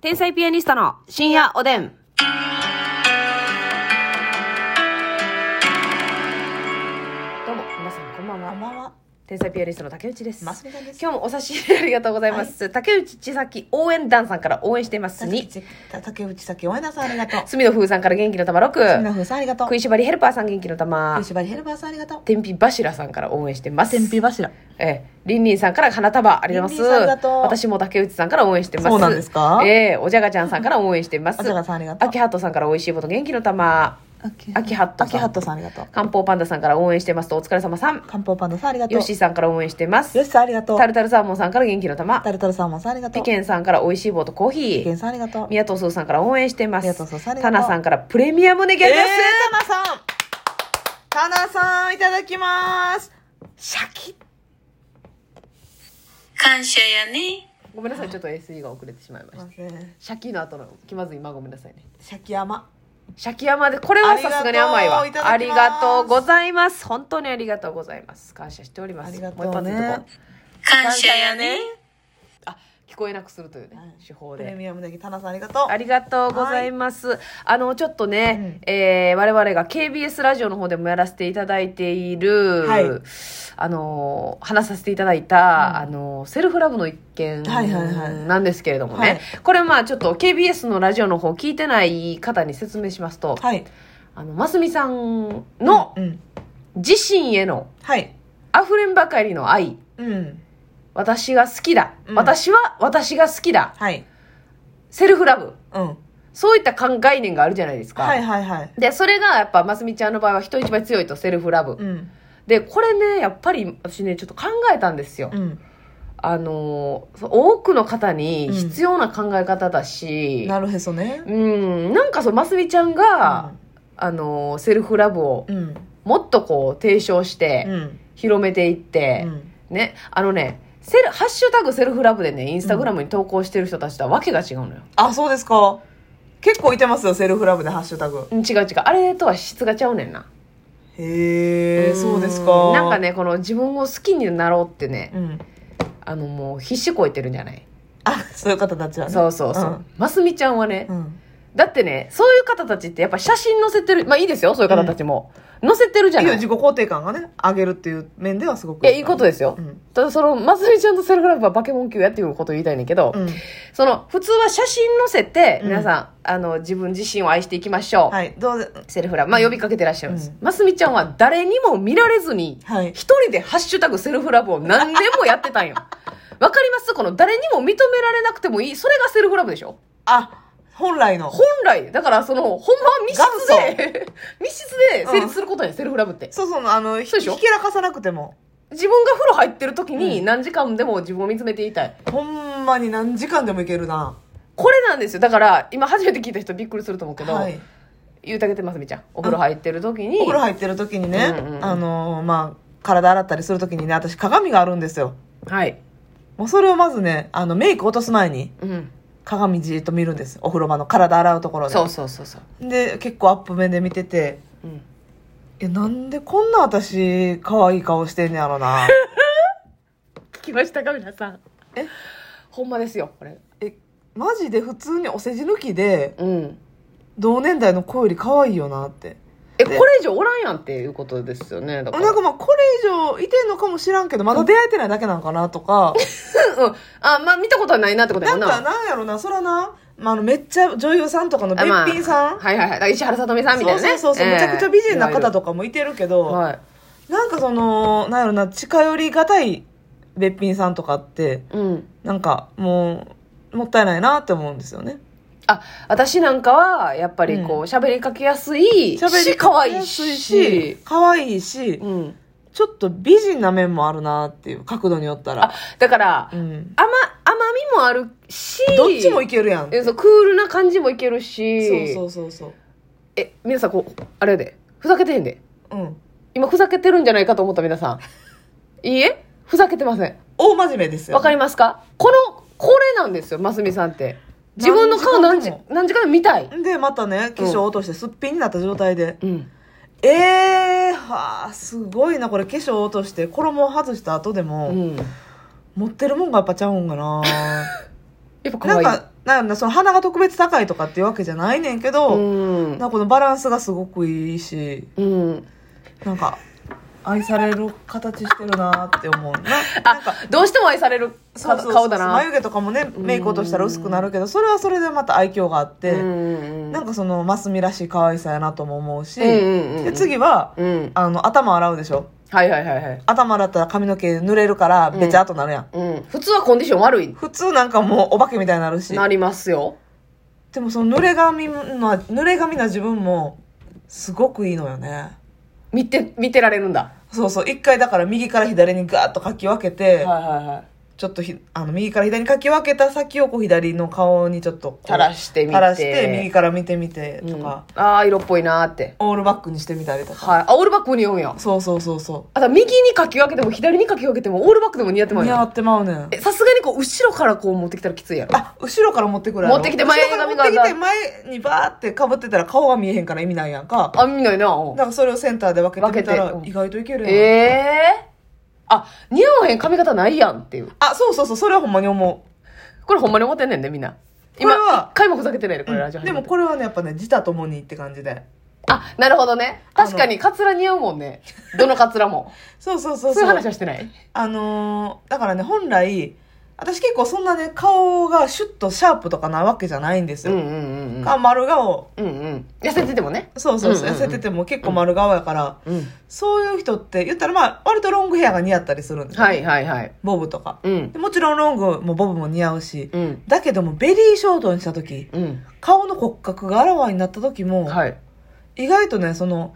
天才ピアニストの深夜おでん。どうも、皆さん、こんばんこんは。ばんは。天才ピアニストの竹内です。マスミです。今日もお差し入れありがとうございます。竹内千咲応援団さんから応援しています。竹に、内竹内さきおえなさんありがとう。隅野風さんから元気の玉みな6、ふうさんありがとう食。いしばりヘルパーさん元気の玉食い、しばりヘルバーさんありがとう。天日柱さんから応援してます。天日柱。ええ、りんりんさんから花束ありがとうございます。りんりんさんありがとう私も竹内さんから応援してます。そうなんですかええ、おじゃがちゃんさんから応援してます。おじゃがさんありがとう秋葉原さんから美味しいこと元気の玉。秋ハットさん秋ハットさんありがとう。漢方パンダさんから応援してますとお疲れ様さん。漢方パンダさんありがとう。ヨッシーさんから応援してますよ。しさんありがとうタ。ルタルサーモンさんから元気の玉タ。ルタルサーモンさんありがとピう。ケンさんから美味しい棒とコーヒピケンー。さんありがとう。宮藤さんから応援してま宮藤す壮さんあ。りタがとうナさんからプレミアムネギャルえです。ー、タナさん。タナさんいただきます。シャキッ。感謝やね。ごめんなさい、ちょっと SE が遅れてしまいました。シャキの後の気まずいまごめんなさいね。シャキ山。シャキ甘で、これはさすがに甘いわありがとう。あいただりきますがとうございます。本当にありがとうございます。感謝しております。ありがとうもう一発いっとこう。ね感謝やね。あ、聞こえなくするというね、はい手法プレで。ミアムネギタナさんありがとう。ありがとうございます。あの、ちょっとね、えー我々が KBS ラジオの方でもやらせていただいている、はいあの、話させていただいた、あの、セルフラブの一件はいはいはいなんですけれどもね、はいこれまあちょっと KBS のラジオの方聞いてない方に説明しますと、はい。あの、ますみさんのうん。自身へのはい。溢れんばかりの愛、うん。私が好きだ、うん私は私が好きだ、はい。セルフラブ、うん。そういった考え概念があるじゃないですか。はいはいはい。で、それがやっぱ、ますみちゃんの場合は人一倍強いと、セルフラブ。うん。で、これね、やっぱり私ね、ちょっと考えたんですよ。うん。あのー、そう多くの方に必要な考え方だし、なるへそね。うん、なんかそう、ますみちゃんが、あのー、セルフラブをうん。もっとこう、提唱して、うん。広めていって、うん。ね、あのね、セル、ハッシュタグセルフラブでね、インスタグラムに投稿してる人たちとはわけが違うのよ。あ、そうですか。結構いてますよ、セルフラブでハッシュタグ。うん違う違う。あれとは質がちゃうねんな。へえ、そうですうか。んなんか。ね、この自分を好きになろうってね、うん。あのもう必死こいてるんじゃないあ、そういう方たちはね。そうそうそう。ますみちゃんはねう、ん。うん。だってね、そういう方たちってやっぱ写真載せてる、まあいいですよ、そういう方たちも。載せてるじゃいいなよい。自己肯定感がね、上げるっていう面ではすごくいや、いいことでですよ。うんただその、ますみちゃんとセルフラブはバケモン級やっていうことを言いたいねんだけど、うん。その、普通は写真載せて、うん皆さん、あの、自分自身を愛していきましょう。はい。どうで、セルフラブ、まあ呼びかけてらっしゃるんですうん。ますみちゃんは誰にも見られずに、はい一人でハッシュタグセルフラブを何年もやってた んよ。わかりますこの誰にも認められなくてもいい。それがセルフラブでしょあ、本来の。本来、だからその、ほんまは密室で、密室で成立することや、セルフラブって。そうそう、あの、ひそうでしょひけらかさなくても。自分が風呂入ってる時にう何時間でも自分を見つめていたい。ほんまに何時間でもいけるな。これなんですよ。だから、今初めて聞いた人びっくりすると思うけど、はい。言うたげてますみちゃん。お風呂入ってる時に、お風呂入ってる時にね、うんうんうんあのーまあ、体洗ったりする時にね、私鏡があるんですよ。はい。もうそれをまずね、あの、メイク落とす前に、うん。鏡じーっと見るんです。お風呂場の体洗うところで。そうそうそうそう。で、結構アップ目で見てて、うん。いや、なんでこんな私、可愛い顔してんねや ろな。聞きましたか皆さんえほんまですよこれえ、マジで普通にお世辞抜きで、うん同年代の子より可愛いよなって。えこでれ以上おらんやんっていうことですよねだからなんかまあ、これ以上いてんのかもしらんけど、まだ出会えてないだけなんかなとか、うんうんあまあ見たことはないなってことやもなんん なかなんやろな、そらな、まあ、あの、めっちゃ女優さんとかのべっあまあぴんさん、はいはいはいだから石原さとみさんみたいそうなねそうそうそう、ええめちゃくちゃ美人な方いわとかもいてるけど、ゆるはいなんかその、なんやろな、近寄りがたいべっぴんさんとかって、うんなんかもう、もったいないなって思うんですよね。あ私なんかはやっぱりこううん喋りかけやすいし可愛いし、可愛いし、うん、ちょっと美人な面もあるなっていう角度によったあら。だから、うん。甘甘みもあるしどっちもいけるやん。えそうクールな感じもいけるしそうそうそうそう。え皆さんこうあれやでふざけてへんでうん。今ふざけてるんじゃないかと思った皆さん。いいえふざけてません。大真面目ですよ。わかりますかこの、これなんですよ、ますみさんって。自分の顔何何時時間間何時間でも見たい。で、またね、化粧落としてすっぴんになった状態で。うん。えー、はあ、すごいな、これ化粧落として、衣を外した後でうも、ん。や 持ってるもんがやっぱちゃうんかなっぱ可なん愛い。か、なんかその鼻が特別高いとかっていうわけじゃないねんけど、うんなんかこのバランスがすごくいいし、うんなんか、愛される形してるなって思うな。なんか あどうしても愛されるそうかそうそう顔だな眉毛とかもね、メイク落としたら薄くなるけど、それはそれでまた愛嬌があって、うんなんかその、マスミらしい可愛さやなとも思うし、うんうんうんで次は、うんあの、頭洗うでしょはいはいはいはい頭洗ったら髪の毛濡れるから、べちゃっとなるやん。うん普通はコンディション悪い普通なんかもうお化けみたいになるし。なりますよでもその濡れ髪の、濡れ髪な自分も、すごくいいのよね。見て見てられるんだそうそう。一回だから右から左にガーッとかき分けて、はいはいちょっとひあの右から左にかき分けた先をこう左の顔にちょっとこう垂らしてみて垂らして右から見てみてとか、ああ色っぽいなーってオールバックにしてみたりとか。はいあオールバックも似合うんやそうそうそうそあと右にかき分けても左にかき分けてもオールバックでも似合ってう。まう似合よってまうねん。えさすがにこう後ろからこう持ってきたらきついやろあ、後ろから持ってくるやろ持ってきて前後ろから髪が持ってきて前にバーって被ってたら顔が見えへんから意味ないやんか。あ見ないなうんだからそれをセンターで分けてみたら分けてうん意外といけるやん。ええあ似合わへん髪型ないやんっていうあ、そうそうそう、それはほんまに思これほんまに思ってんねんねみんなこれ今は一回もふざけてないでこれラジオう。始でめてもこれはね、やっぱね、自他ともにって感じで。あなるほどね確かにカツラ似合うもんねどのカツラもそうそう そそううそう。いう話はしてないあのーだからね、本来、私結構そんなね、顔がシュッとシャープとかなわけじゃないんですうんうよ。んうんうんか丸顔。うんうん痩せててもねそうそうそう、うんうんうん痩せてても結構丸顔やから、うんそういう人って、言ったらまあ、割とロングヘアが似合ったりするんですよ。はいはいはいボブとか。うんでもちろんロングもボブも似合うし、うんだけどもベリーショートにした時、うん顔の骨格があらわになった時も、はい意外とね、その、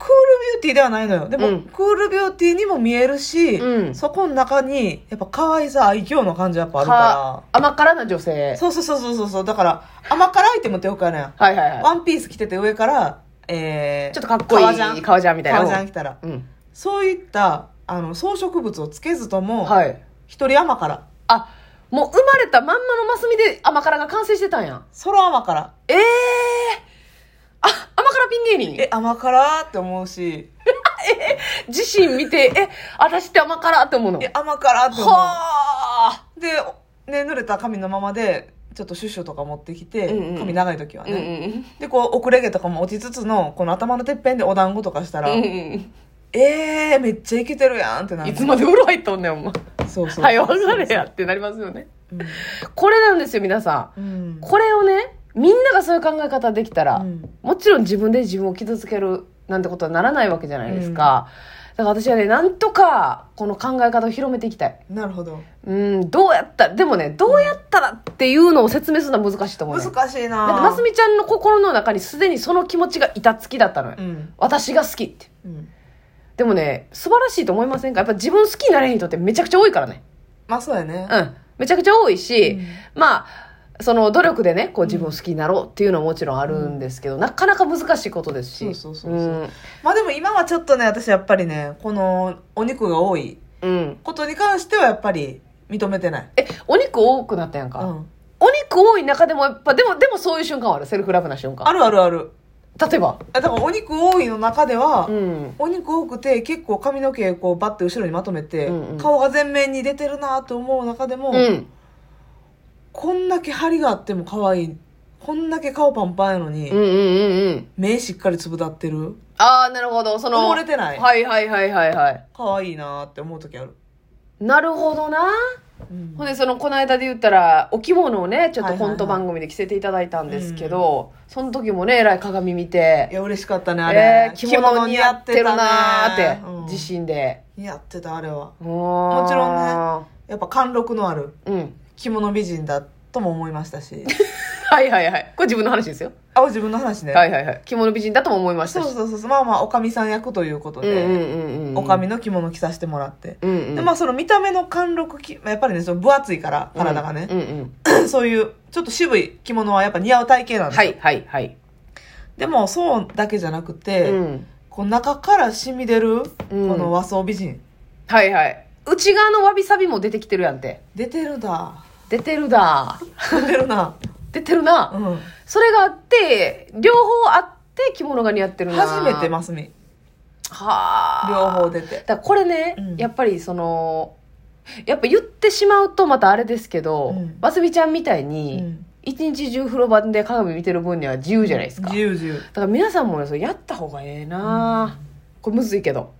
クールビューティーではないのよ。でも、うんクールビューティーにも見えるし、うんそこの中に、やっぱ可愛さ、愛嬌の感じはやっぱあるからか。甘辛な女性そうそうそうそうそうそう。だから、甘辛アイテムってよくあるやん。はいはいはいワンピース着てて上から、えー、ちょっとかっこいい革ジャン。革ジャンみたいな革ジャン着たら。うんそういった、あの、装飾物をつけずとも、はい一人甘辛。あもう生まれたまんまのマスミで甘辛が完成してたんやソロ甘辛。ええあ甘辛ピン芸人え、甘辛って思うし、自身見 てえ私って甘辛って思うのえ、甘辛って思う。はあで、ね、濡れた髪のままで、ちょっとシュッシュとか持ってきて、うんうん髪長い時はうんね。うんで、こう、遅れ毛とかも落ちつつの、この頭のてっぺんでお団子とかしたら、うんうんえー、めっちゃイケてるやんってなうんる。いつまでお風呂入っとんねんお前そうそう。はい、わかれやってなりますよね。うんこれなんですよ、皆さうん。んこれをね、みんながそういう考え方できたら、うんもちろん自分で自分を傷つけるなんてことはならないわけじゃないですか。だから私はね、なんとかこの考え方を広めていきたい。なるほど。うん、どうやったら、でもね、どうやったらっていうのを説明するのは難しいと思うね。だ難しいなって、ますみちゃんの心の中にすでにその気持ちが板つきだったのよ。うん。私が好きって。うん。でもね、素晴らしいと思いませんかやっぱ自分好きになれる人ってめちゃくちゃ多いからね。まあそうやね。うん、めちゃくちゃ多いし、うんまあその努力でねこう自分を好きになろうっていうのはもちろんあるんですけど、なかなか難しいことですしそうそうそうそうんまあでも今はちょっとね、私やっぱりね、このお肉が多いうんことに関してはやっぱり認めてない。えお肉多くなったやんか、うん。お肉多い中でもやっぱでもでもそういう瞬間はあるセルフラブな瞬あ間るあるある。例えばあだからお肉多いの中では、うんお肉多くて結構髪の毛こうバッて後ろにまとめて、うんうん顔が全面に出てるなと思う中でも、うんこんだけ張りがあっても可愛いこんだけ顔パンパンやのに、うんうんうんうん目しっかりつぶだってるああなるほどそ埋のもれてないはいはいはいはいはい可愛いなって思う時ある、なるほどなうんほんでそのこの間で言ったらお着物をねちょっはいはいはといコント番組で着せていただいたんですけど、その時もねえらい鏡見ていや嬉しかったねあれ、えー、着物似合ってるなーって、うん自信で。似合ってたあれはもちろやっぱ貫禄のあるんね。うん。着物美人だとも思いました しはいはいはい。これ自分の話ですよ。あ自分の話ね、はいはいはい。着物美人だとも思いましそたうし。そうそうそうまあまあおかみさん役ということうんで、うんうんうん。おかみの着物着させてもらって、うんうん。でまあその見た目の貫禄きやっぱりねその分厚いから体がねう、んうん。 そういうちょっと渋い着物はやっぱ似合う体型なんですはよいはいはい。でもそうだけじゃなくて、うん。こう中から染み出るこの和装美人、はいはい。内側のわびさびも出てきてるやんて。出てるだ出てるだ。出てる な、出てるうな。ん、それがあって、両方あって着物が似合ってるな。初めてますみはあ。両方出てだからこれね、うんやっぱりそのやっぱ言ってしまうとまたあれですけど、うんますみちゃんみたいに、うん一日中風呂場で鏡見てる分には自由じゃないですか。自由自由だから皆さんもね、それやった方がええな、これむずいけど。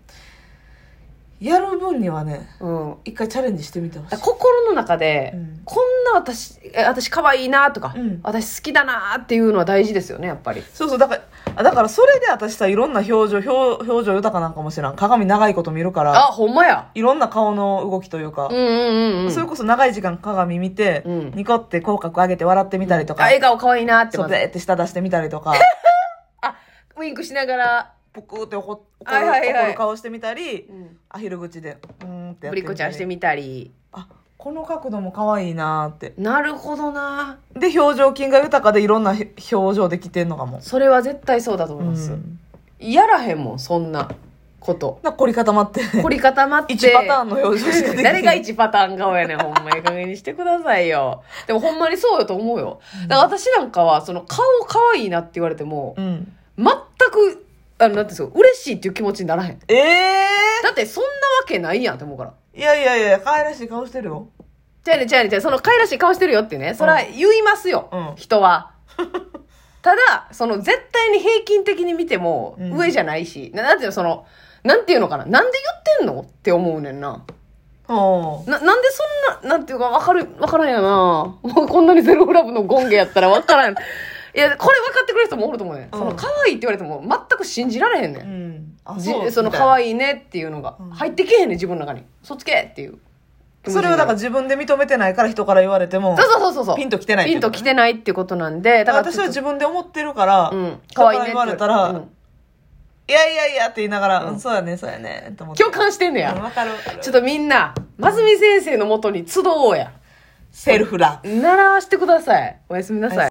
やる分にはねうん。一回チャレンジしてみてほしだいから心の中で、うんこんな私、え私可愛いなとか、うん私好きだなっていうのは大事ですよね、やっぱり。そうそうだからあだからそれで私さいろんな表情表表情豊かなんかもしらん鏡長いこと見るからあ、ほんまや。いろんな顔の動きというかうん、うんうんうん。それこそ長い時間鏡見て、うんニコって口角上げて笑ってみたりとあか、笑顔可愛いなってそうまでずーって舌出してみたりと かあ、ウインクしながら、ぷくーって怒怒はいる,、はいはい怒る顔してみたりうん、アヒル口でうーんってやっブリてみたりコちゃんしてみたり。あこの角度も可愛いなーってなるほどなで表情筋が豊かでいろんな表情できてんのかも、それは絶対そうだと思ういん、ます。やらへんもん、そんな こと。なんか凝り固まって凝り固まって。 1パターンの表情しかできない誰が1パターン顔やねん、ほんまに。いい加減にしてくださいよ。でもほんまにそうよと思うよ。だから私なんかは、その顔可愛いなって言われても、うん全く、あの、なんていうんですか、嬉しいっていう気持ちにならへん。えだってそんなわけないやんって思うから。ー、いやいやいや可愛らしい顔してるよじゃあね、じゃあね、じゃあその可愛らしい顔してるよってね、それは言いますよ、うん人 は。ただ、その絶対に平均的に見てもうん上じゃないし、ななんていうの、その、なんていうのかな、なんで言ってんのって思うねんな。おな、なんでそんな、なんていうか、わかる、わからんやな。 もうこんなにゼログラブのゴンゲやったらわからん。いや、これ分かってくれる人もおると思うねん。うんその、可愛いって言われても全く信じられへんね。うんんあじその、可い愛いねっていうのがうん、入ってけへんねん、自分の中に。そっちけっていう。それをだから自分で認めてないから人から言われてもそうそうそうそう。ピンときてないってピいンうことときてないってことなんで、だから私は自分で思ってるから、うん、人可か愛いねらって言われたら、うんいやいやいやって言いながら、うんうんそうやねそうやねって思って共感してんねうんや。わかるわかるちょっとみんな、まずみ先生のもとに集おうや。セルフラブ習わしてください。おやすみなさい。